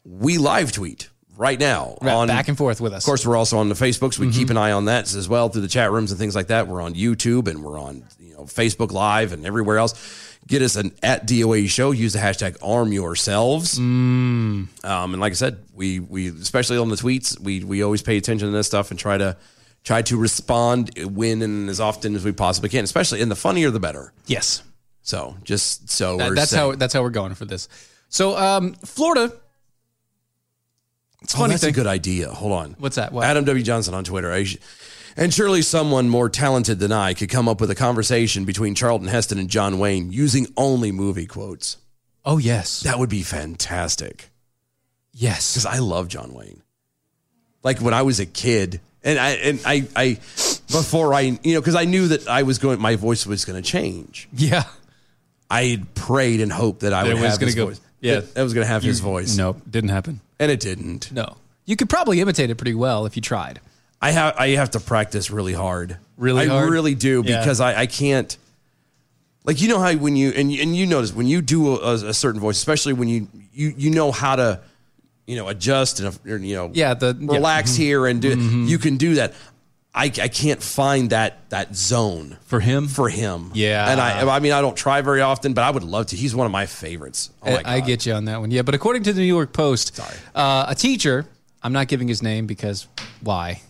we live tweet right now on back and forth with us. Mm-hmm. Of course, we're also on the Facebooks. We keep an eye on that as well through the chat rooms and things like that. We're on YouTube and we're on you know Facebook Live and everywhere else. Get us an at DOA show. Use the hashtag arm yourselves. Mm. Um, and like I said, we we especially on the tweets, we we always pay attention to this stuff and try to try to respond when and as often as we possibly can. Especially and the funnier the better. Yes. So just so That- we're that's saying. how that's how we're going for this. So um, Florida. It's a Oh, funny that's thing. a good idea. Hold on. What's that? What? Adam W. Johnson on Twitter. I sh- and surely someone more talented than I could come up with a conversation between Charlton Heston and John Wayne using only movie quotes. Oh yes, that would be fantastic. Yes, because I love John Wayne. Like when I was a kid, and I and I I before I you know because I knew that I was going, my voice was going to change. Yeah, I had prayed and hoped that I That would it was have gonna his go- voice. yeah. that, that was going to have his You- voice. Nope, didn't happen, and it didn't. No, you could probably imitate it pretty well if you tried. I have I have to practice really hard. Really I hard? really do Yeah. because I, I can't Like you know how when you and and you notice when you do a, a certain voice, especially when you you you know how to you know adjust and or, you know Yeah, the- yeah. relax Mhm. here and do Mhm. you can do that. I, I can't find that that zone for him for him Yeah. and I I mean I don't try very often but I would love to he's one of my favorites oh my I, I get you on that one. Yeah, but according to the New York Post, uh, a teacher, I'm not giving his name because why?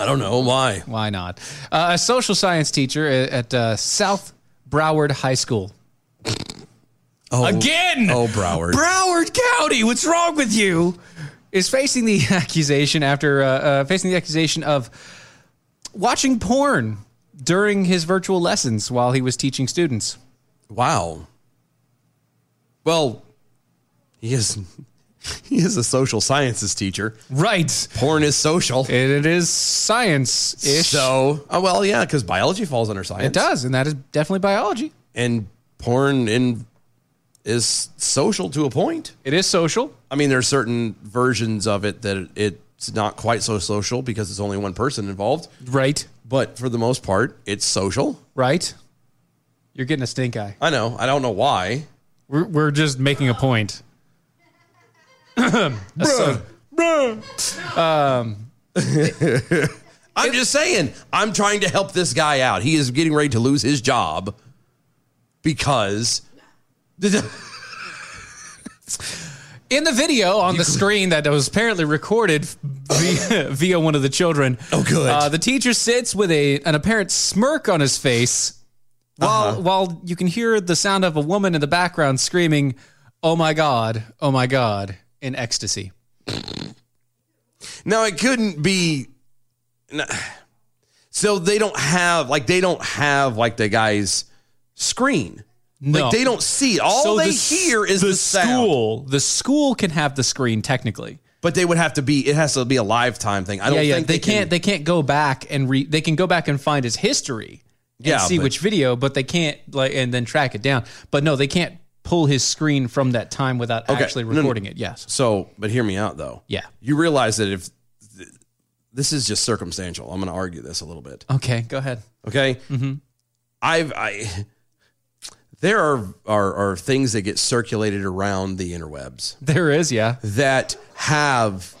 I don't know why. Why not? Uh, a social science teacher at, at uh, South Broward High School. Oh, Again! oh Broward Broward County, what's wrong with you? Is facing the accusation after uh, uh, facing the accusation of watching porn during his virtual lessons while he was teaching students. Wow. Well, he is he is a social sciences teacher, right? Porn is social, and it is science ish. So, oh, well, yeah, because biology falls under science. It does, and that is definitely biology. and porn in is social to a point. It is social. I mean, there are certain versions of it that it's not quite so social because it's only one person involved, right? But for the most part, it's social, right? You're getting a stink eye. I know. I don't know why. We're, we're just making a point. Bruh, bruh. Um, I'm just saying, I'm trying to help this guy out. He is getting ready to lose his job because. In the video on the screen that was apparently recorded via, via one of the children. Oh, good. Uh, the teacher sits with a an apparent smirk on his face, while Uh-huh. while you can hear the sound of a woman in the background screaming, "Oh my god! Oh my god!" in ecstasy. Now, it couldn't be. n- So they don't have, like, they don't have, like, the guy's screen. No. Like, they don't see it. All So they the s- hear is the, school. The school can have the screen technically. But they would have to be, it has to be a lifetime thing. I don't yeah, yeah. think they, can- can't. They can't go back and re. They can go back and find his history. And Yeah, see but- which video, but they can't like and then track it down. But no, they can't pull his screen from that time without actually no, no. recording it. Yes. So, but hear me out though. Yeah. You realize that if th- this is just circumstantial, I'm going to argue this a little bit. Okay. Go ahead. Okay. Mm-hmm. I've, I, there are, are, are things that get circulated around the interwebs There is. Yeah. that have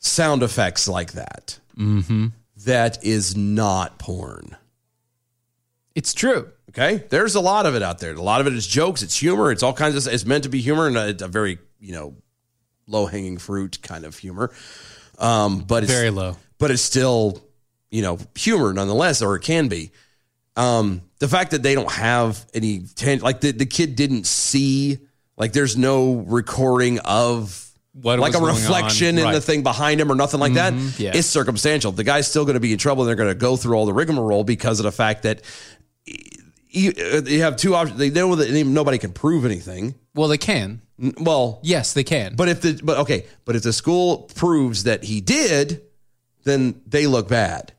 sound effects like that. Mm-hmm. That is not porn. It's true. Okay. There's a lot of it out there. A lot of it is jokes. It's humor. It's all kinds of, it's meant to be humor and a, a very, you know, low hanging fruit kind of humor. Um, but it's Very low. but it's still, you know, humor nonetheless, or it can be. Um, the fact that they don't have any, tan- like the, the kid didn't see, like there's no recording of What like was a going on, reflection in the right. thing behind him or nothing like Mhm, that. yeah. It's circumstantial. The guy's still going to be in trouble. They're going to go through all the rigmarole because of the fact that you, uh, you have two options. They know that nobody can prove anything. Well, they can. Well, yes, they can. But if the but okay, but if the school proves that he did, then they look bad.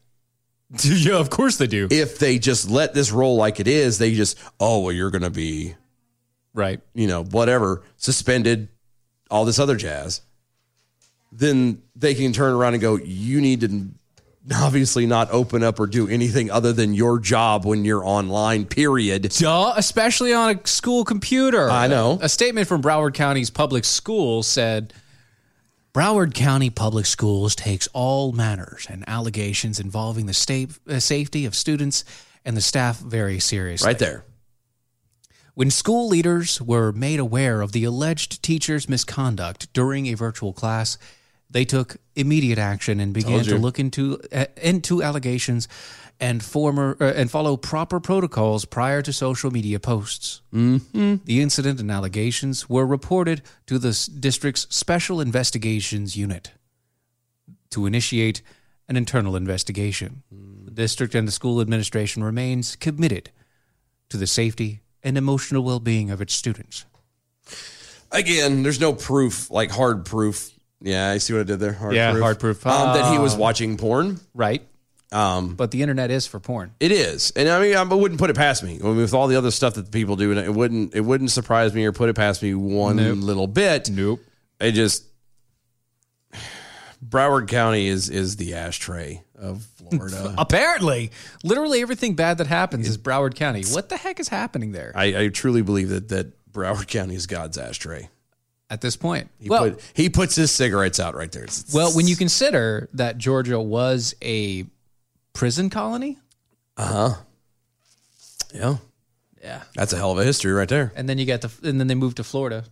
Yeah, of course they do. If they just let this roll like it is, they just oh well, you're going to be right, you know, whatever, suspended, all this other jazz. Then they can turn around and go, you need to obviously not open up or do anything other than your job when you're online. Period. Duh, especially on a school computer. I know. A statement from Broward County's public school said Broward County Public Schools takes all manners and allegations involving the state, uh, safety of students and the staff very seriously. Right there. When school leaders were made aware of the alleged teacher's misconduct during a virtual class, they took immediate action and began Told to you. look into uh, into allegations and former uh, and follow proper protocols prior to social media posts. Mm-hmm. The incident and allegations were reported to the s- district's Special Investigations Unit to initiate an internal investigation. Hmm. The district and the school administration remains committed to the safety and emotional well-being of its students. Again, there's no proof, like hard proof. Yeah, I see what I did there. Hard Yeah, proof. hard proof. Um, that he was Ah. watching porn. Right. Um, but the internet is for porn. It is, and I mean, I wouldn't put it past me I mean, with all the other stuff that people do, and it wouldn't, it wouldn't surprise me or put it past me one Nope. little bit. Nope. It just Broward County is is the ashtray of Florida. Apparently, literally everything bad that happens is Broward County. What the heck is happening there? I, I truly believe that that Broward County is God's ashtray. At this point, he, put, he puts his cigarettes out right there. It's- Well, when you consider that Georgia was a prison colony, uh huh, yeah, yeah, that's a hell of a history right there. and then you got the, and then they moved to Florida.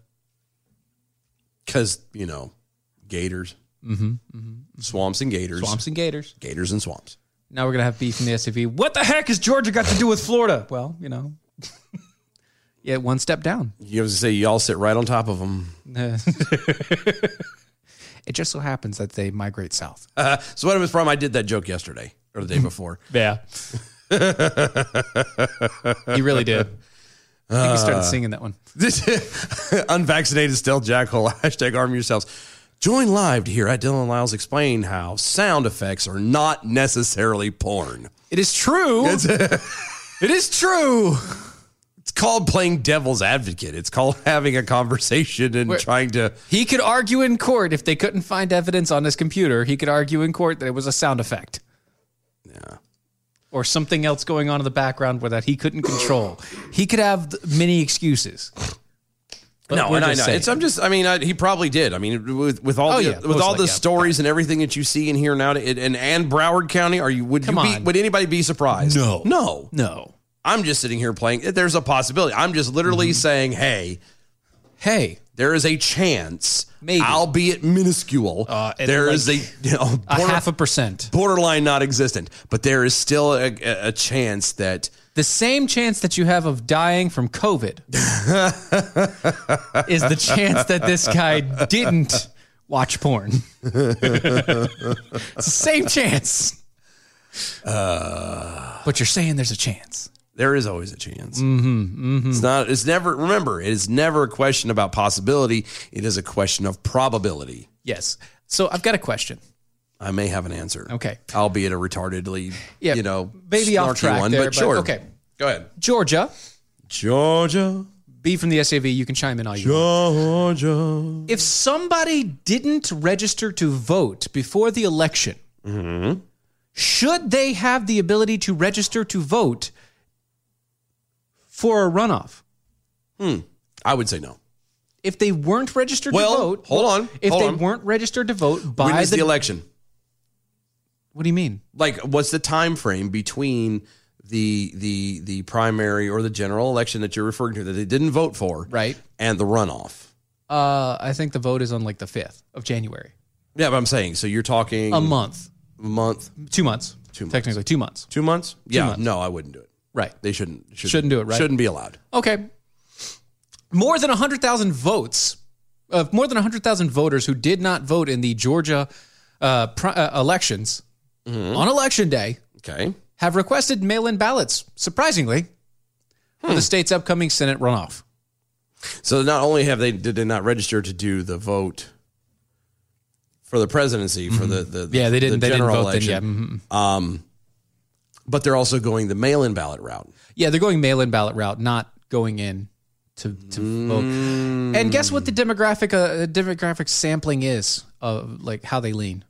Because you know, gators, Mhm, swamps and gators, Swamps and gators. gators and swamps. Now we're gonna have beef in the SUV. What the heck has Georgia got to do with Florida? Well, you know, yeah, one step down. You have to say y'all sit right on top of them. Uh, it just so happens that they migrate south. Uh, so what it was from? I did that joke yesterday or the day before. Yeah. you really did. I think you started singing that one. This unvaccinated stealth jackhole hashtag arm yourselves. Join live to hear at Dylan Lyles explain how sound effects are not necessarily porn. It is true. it is true. It's called playing devil's advocate. It's called having a conversation and trying to. He could argue in court if they couldn't find evidence on his computer. He could argue in court that it was a sound effect. Yeah. Or something else going on in the background where that he couldn't control. he could have th- many excuses. But no, we're and I just know. saying. It's, I'm just. I mean, I, he probably did. I mean, with, with all Oh, the, yeah. with Most all the likely, yeah. stories and everything that you see and hear now, it, and and Broward County, are you would Come you be, on. would anybody be surprised? No. no, no. I'm just sitting here playing. There's a possibility. I'm just literally saying, hey, Mm-hmm. hey, there is a chance, maybe, albeit minuscule. Uh, there is a you know, a half a percent, borderline non-existent, but there is still a, a, a chance that the same chance that you have of dying from COVID is the chance that this guy didn't watch porn. it's the same chance. Uh, but you're saying there's a chance. There is always a chance. Mm-hmm, mm-hmm. It's not. It's never. Remember, it is never a question about possibility. It is a question of probability. Yes. So I've got a question. I may have an answer. Okay. albeit a retardedly, Yeah, you know, maybe snarky off track one, there, but but sure. okay. go ahead. Georgia. Georgia. B from the SAV. You can chime in all you Georgia. If somebody didn't register to vote before the election, Mm-hmm. should they have the ability to register to vote for a runoff? Hmm. I would say no. If they weren't registered Well, to vote, hold on, If hold they on. weren't registered to vote by when is the, the election? What do you mean? Like, what's the time frame between the the the primary or the general election that you're referring to that they didn't vote for, right, and the runoff? Uh, I think the vote is on like the fifth of January. Yeah, but I'm saying so you're talking A month. a month, two months, Mm-hmm. two months. technically two months, two months. Two Yeah, months. no, I wouldn't do it. Right, they shouldn't, shouldn't Shouldn't do it, right? Shouldn't be allowed. Okay. More than 100,000 votes, uh, more than 100,000 voters who did not vote in the Georgia uh, pri- uh, elections Mm-hmm. on election day okay. have requested mail in ballots, surprisingly, for Hmm. the state's upcoming Senate runoff. So not only have they did they not register to do the vote for the presidency for the, the Mm-hmm. Yeah, they didn't- the they didn't general vote then, Mm-hmm. election, um, but they're also going the mail-in ballot route. Yeah, they're going mail in ballot route, not going in to, to vote. And guess what the Hmm. demographic uh, demographic sampling is of like how they lean?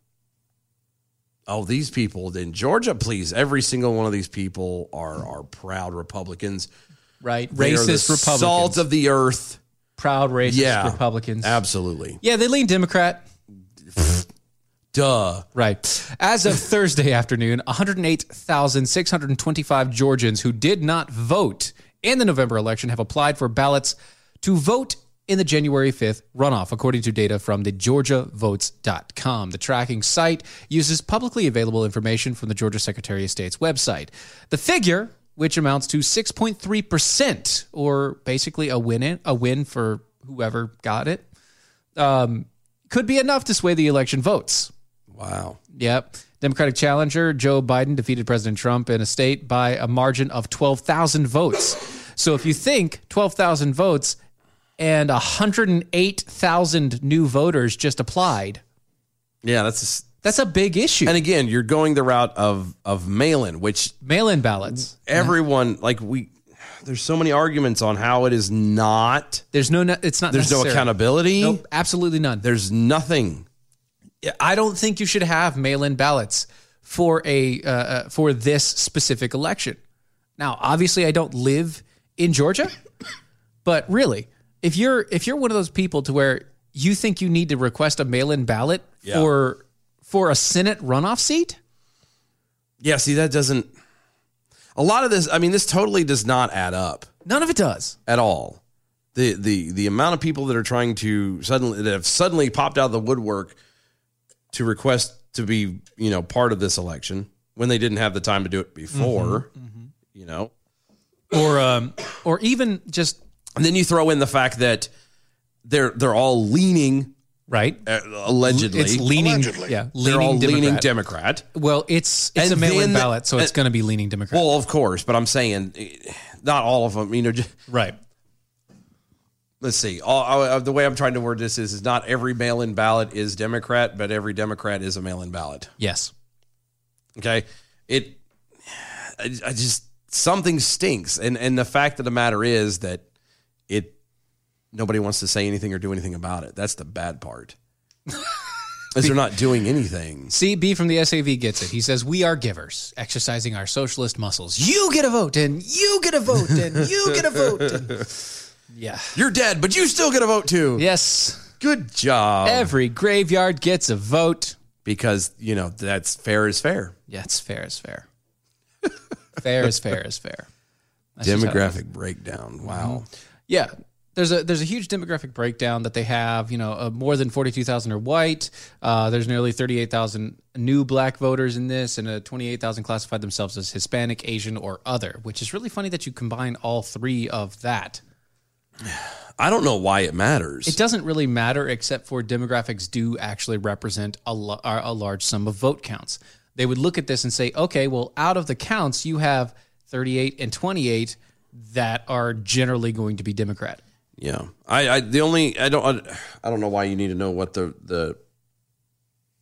Oh, these people in Georgia, please! Every single one of these people are are proud Republicans, right? They are the Racist Republicans. salt of the earth, proud racist yeah, Republicans. absolutely, Yeah, they lean Democrat. duh. Right. As of Thursday afternoon, 108,625 Georgians who did not vote in the November election have applied for ballots to vote in the January 5th runoff, according to data from the GeorgiaVotes.com. The tracking site uses publicly available information from the Georgia Secretary of State's website. The figure, which amounts to 6.3%, or basically a win, in, a win for whoever got it, um, could be enough to sway the election votes. Wow. Yep. Democratic challenger Joe Biden defeated President Trump in a state by a margin of 12,000 votes. So if you think 12,000 votes and 108,000 new voters just applied, Yeah, that's that's a big issue. And again, you're going the route of of mail-in, which mail-in ballots. Everyone like we there's so many arguments on how it is not. There's no it's not There's no necessary. accountability. Nope, absolutely none. There's nothing. I don't think you should have mail in ballots for a uh, uh, for this specific election. Now, obviously, I don't live in Georgia, but really, if you're if you're one of those people to where you think you need to request a mail-in ballot Yeah. for for a Senate runoff seat, Yeah, see, that doesn't. A lot of this, I mean, this totally does not add up. None of it does at all. The the the amount of people that are trying to suddenly that have suddenly popped out of the woodwork to request to be you know part of this election when they didn't have the time to do it before, Mm-hmm. you know, or um or even just and then you throw in the fact that they're they're all leaning uh, right allegedly It's leaning- yeah, they're leaning all leaning Democrat. Democrat. Well, it's it's And a mail-in then the- ballot, so it's and- going to be leaning Democrat. Well, of course, but I'm saying eh, not all of them. You know, just, right. Let's see. All, I- I- the way I'm trying to word this is, is not every mail-in ballot is Democrat, but every Democrat is a mail-in ballot. Yes. Okay. It. I, I just something stinks, and and the fact of the matter is that it nobody wants to say anything or do anything about it. That's the bad part. is they're not doing anything. CB from the SAV gets it. He says, "We are givers, exercising our socialist muscles. You get a vote, and you get a vote, and you get a vote." and- yeah, you're dead, but you still get a vote too. Yes, good job. Every graveyard gets a vote because you know that's fair is fair. Yeah, it's fair is fair. fair is fair is fair. That's just how it Mm-hmm. Demographic breakdown. Wow. Yeah. There's a there's a huge demographic breakdown that they have. You know, uh, more than forty two thousand are white. Uh, there's nearly thirty eight thousand new black voters in this, and uh, twenty eight thousand classified themselves as Hispanic, Asian, or other. Which is really funny that you combine all three of that. I don't know why it matters. It doesn't really matter, except for demographics do actually represent a, lo- a a large sum of vote counts. They would look at this and say, okay, well, out of the counts, you have thirty eight and twenty eight that are generally going to be Democrat. Yeah, I, I the only I don't I don't know why you need to know what the the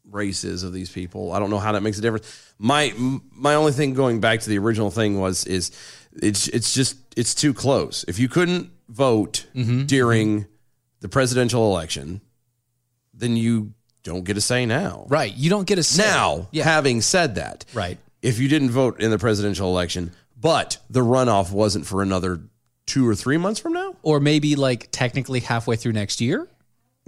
race is of these people. I don't know how that makes a difference. My my only thing going back to the original thing was is it's it's just it's too close. If you couldn't vote Mm-hmm. during the presidential election, then you don't get a say now. Right, you don't get a say now. Having said that, right, if you didn't vote in the presidential election, but the runoff wasn't for another two or three months from now. or maybe like technically halfway through next year.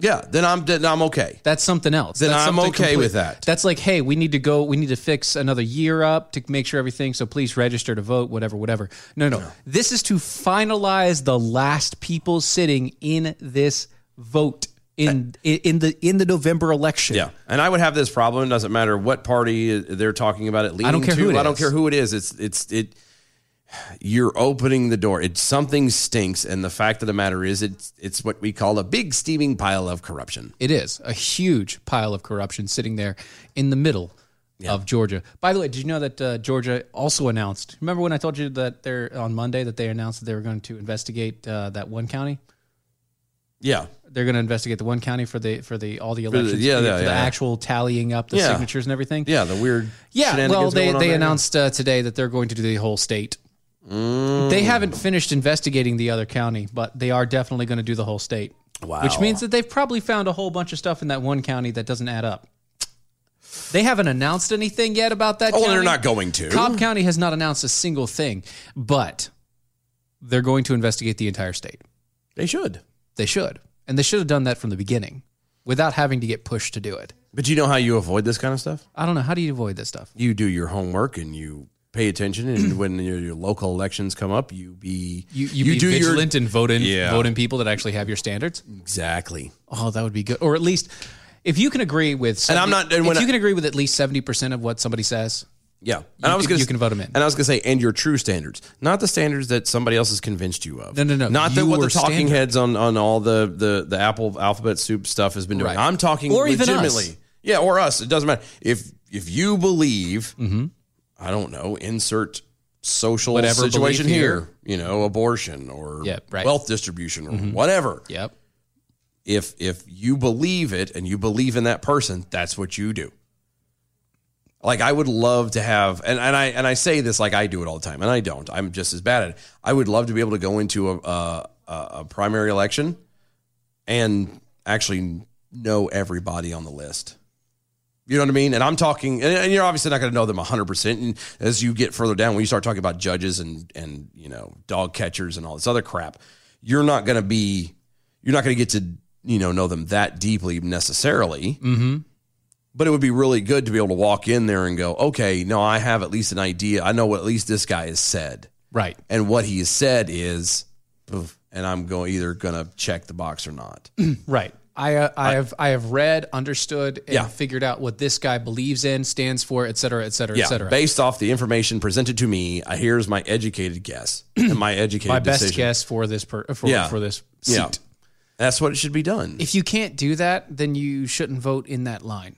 Yeah, then I'm then I'm okay. That's something else. Then That's I'm something okay with that. That's like, hey, we need to go. We need to fix another year up to make sure everything. So please register to vote. Whatever, whatever. No, no. This is to finalize the last people sitting in this vote in in, in the in the November election. Yeah, and I would have this problem. It doesn't matter what party they're talking about it. Leading I don't care to. who it I don't is. care who it is. It's it's it. You're opening the door. It something stinks, and the fact of the matter is, it's it's what we call a big steaming pile of corruption. It is a huge pile of corruption sitting there in the middle of Georgia. By the way, did you know that uh, Georgia also announced? Remember when I told you that they're on Monday that they announced that they were going to investigate uh, that one county? Yeah, They're going to investigate the one county for the for the all the For the- elections, yeah, for yeah, the yeah. actual tallying up the Yeah. signatures and everything. yeah, the weird. Yeah, shenanigans well, they, going on they right now. announced uh, today that they're going to do the whole state. Mm. They haven't finished investigating the other county, but they are definitely going to do the whole state. Wow. Which means that they've probably found a whole bunch of stuff in that one county that doesn't add up. They haven't announced anything yet about that. Oh, county. they're not going to. Cobb County has not announced a single thing, but they're going to investigate the entire state. They should. They should. And they should have done that from the beginning without having to get pushed to do it. But you know how you avoid this kind of stuff? I don't know. How do you avoid this stuff? You do your homework and you pay attention, and when your, your local elections come up, you be You, you, be do your vigilant and vote in, Yeah. vote in people that actually have your standards. Exactly. Oh, that would be good. Or at least if you can agree with, 70, And I'm not- and when if I- you can agree with at least seventy percent of what somebody says. Yeah, and You I was can- gonna you can vote 'em in. and I was gonna say, and your true standards, not the standards that somebody else has convinced you of. No, no, no. Not that what the Your talking standard. heads on on all the the the Apple alphabet soup stuff has been doing. Right. I'm talking Or even us. legitimately. Yeah, or us. It doesn't matter if if you believe. I don't know. Insert social Mm-hmm. Whatever situation belief here. here. You know, abortion or Yeah, right. wealth distribution or Mhm. whatever. Yep. If if you believe it and you believe in that person, that's what you do. Like I would love to have, and, and I and I say this like I do it all the time, and I don't. I'm just as bad at it. I would love to be able to go into a a, a a primary election and actually know everybody on the list You know what I mean? And I'm talking, and, and you're obviously not going to know them 100%. And as you get further down, when you start talking about judges and, and, you know, dog catchers and all this other crap, you're not going to be, you're not going to get to, you know, know them that deeply necessarily. Mm-hmm. But it would be really good to be able to walk in there and go, okay, no, I have at least an idea. I know what at least this guy has said. Right. And what he has said is, "Oof," and I'm going either going to check the box or not. Right. I, uh, I have I have read, understood, and Yeah. figured out what this guy believes in, stands for, et cetera, et cetera, et cetera. Based off the information presented to me, uh, here's my educated guess and my educated My best decision. guess for this per, for, for this seat. Yeah. That's what it should be done. If you can't do that, then you shouldn't vote in that line.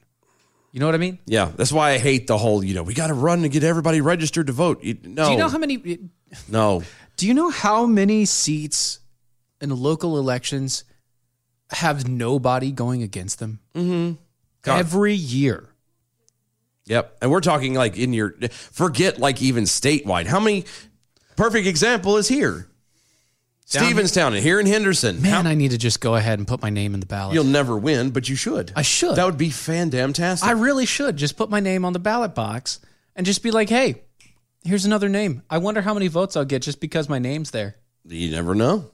You know what I mean? Yeah, that's why I hate the whole. You know, we got to run to get everybody registered to vote. You- no, Do you know how many no. Do you know how many seats in local elections have nobody going against them? Mm-hmm. Every year. Yep, and we're talking like in your forget like even statewide. How many? Perfect example is here, Down- Stevenstown, and here in Henderson. Man, I need to just go ahead and put my name in the ballot. You'll never win, but you should. I should. That would be fan-damn-tastic. I really should just put my name on the ballot box and just be like, hey, here's another name. I wonder how many votes I'll get just because my name's there. You never know.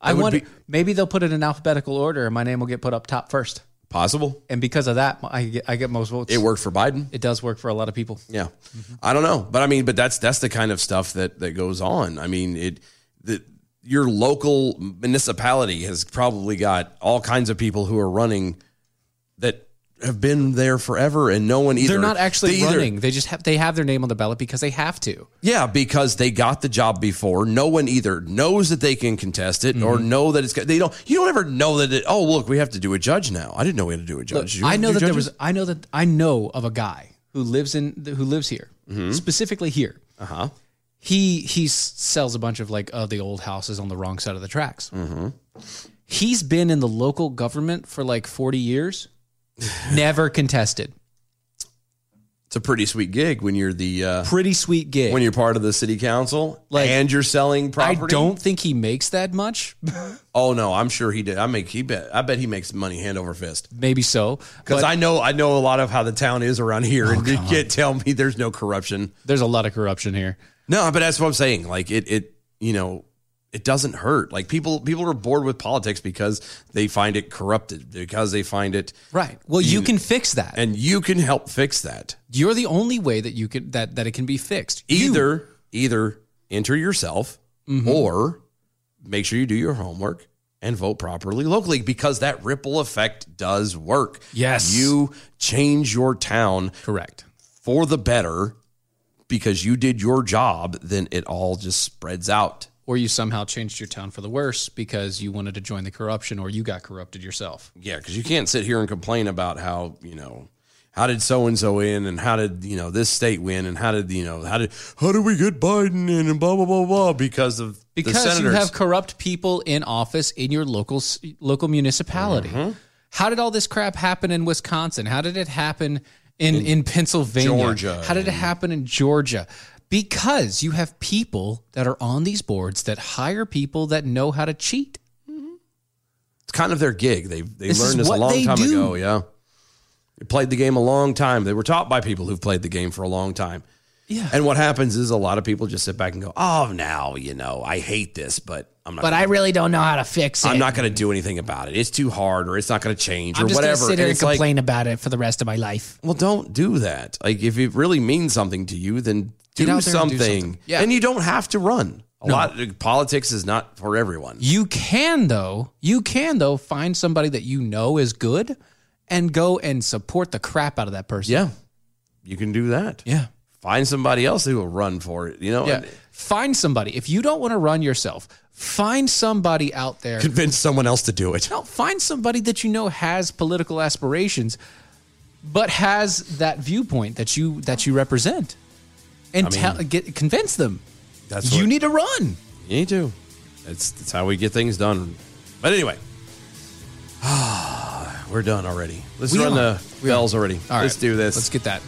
I would wonder be- maybe they'll put it in alphabetical order and my name will get put up top first. Possible. And because of that, I get, I get most votes. It worked for Biden. It does work for a lot of people. Yeah. Mm-hmm. I don't know, but I mean, but that's that's the kind of stuff that that goes on. I mean, it the, your local municipality has probably got all kinds of people who are running that have been there forever, and no one either They're not actually they either- running. They just have they have their name on the ballot because they have to. Yeah, because they got the job before. No one either knows that they can contest it or Mm-hmm. know that it's they don't. You don't ever know that it. Oh, look, we have to do a judge now. I didn't know we had to do a Look, judge. I know that there was. I know that I know of a guy who lives in who lives here Mm-hmm. specifically here. Uh huh. He he s- sells a bunch of like uh, the old houses on the wrong side of the tracks. Mm-hmm. He's been in the local government for like forty years, never contested. It's a pretty sweet gig when you're the uh, pretty sweet gig when you're part of the city council, Like, and you're selling property. I don't think he makes that much. Oh no, I'm sure he did. I make he bet. I bet he makes money hand over fist. Maybe so, because but- Oh, I know I know a lot of how the town is around here, and you can't tell me there's no corruption. There's a lot of corruption here. No, but that's what I'm saying. Like it, it you know, it doesn't hurt. Like people people are bored with politics because they find it corrupted because they find it Right. Well, you can fix that, and you can help fix that. You're the only way that you can that that it can be fixed. You- Either either enter yourself Mhm. or make sure you do your homework and vote properly locally because that ripple effect does work. Yes. You change your town correct for the better because you did your job, then it all just spreads out. or you somehow changed your town for the worse because you wanted to join the corruption or you got corrupted yourself. Yeah, because you can't sit here and complain about how you know how did so and so win and how did you know this state win and how did you know how did how did we get Biden in and blah blah blah blah because of the Because you senators. have corrupt people in office in your local s- local municipality. Mm-hmm. How did all this crap happen in Wisconsin? How did it happen in in, Pennsylvania? Georgia How did it happen in Georgia? Because you have people that are on these boards that hire people that know how to cheat. it's kind of their gig. They they This is learned this a what long they time do. ago. Yeah, they played the game a long time. They were taught by people who've played the game for a long time. Yeah. And what happens is a lot of people just sit back and go, "Oh, now you know I hate this, but I'm not." But I really don't know how to fix it. I'm not going to do anything about it. It's too hard, or it's not going to change, I'm or just gonna whatever. sit here and it's like- complain about it for the rest of my life. Well, don't do that. Like, if it really means something to you, then do Get out something. there and do something. Yeah. And you don't have to run. A No. lot. Politics is not for everyone. You can though, you can though find somebody that you know is good and go and support the crap out of that person. Yeah. You can do that. Yeah. Find somebody else who will run for it. You know. Yeah. And Find somebody. If you don't want to run yourself, find somebody out there. Convince someone else to do it. No, find somebody that you know has political aspirations but has that viewpoint that you that you represent. And I mean- tell, get, convince them. That's you what- need to run. You need to. That's that's how we get things done. But anyway, we're done already. Let's We run the are. bells already. All right. Let's do this. Let's get that.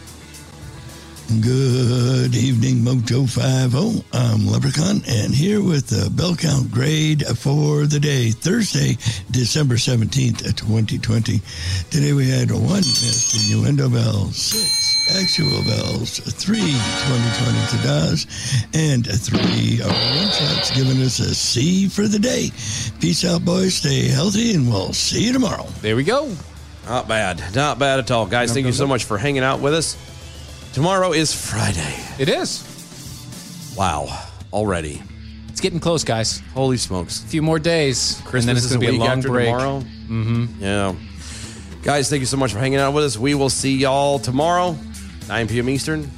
Good evening, Mojo 50. I'm Leprechaun, and here with the bell count grade for the day, Thursday, December 17th, 2020. Today we had one missed innuendo bell, six actual bells, three 2020 tadas, and three one shots, giving us a C for the day. Peace out, boys. Stay healthy, and we'll see you tomorrow. There we go. Not bad. Not bad at all. Guys, thank you so much for hanging out with us. Tomorrow is Friday. It is. Wow. Already. It's getting close, guys. Holy smokes. A few more days. Christmas and then it's is going to a be a week long after break. tomorrow. Mm-hmm. Yeah. Guys, thank you so much for hanging out with us. We will see y'all tomorrow, 9 p.m. Eastern.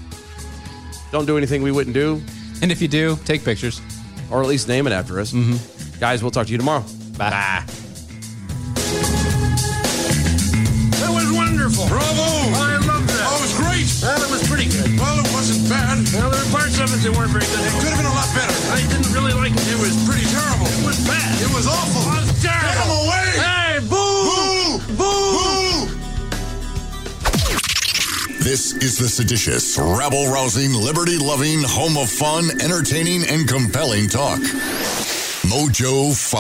Don't do anything we wouldn't do. And if you do, take pictures. Or at least name it after us. Mm-hmm. Guys, we'll talk to you tomorrow. Bye. That was wonderful. Bravo. I love that. Oh, it was great. Well, it was pretty good. Well, it wasn't bad. Well, there were parts of it that weren't very good. It could have been a lot better. I didn't really like it. It was pretty terrible. It was bad. It was awful. It was terrible. Get him away. Hey, Boo. Boo. boo. This is the seditious, rabble rousing, liberty loving, home of fun, entertaining, and compelling talk. Mojo 5.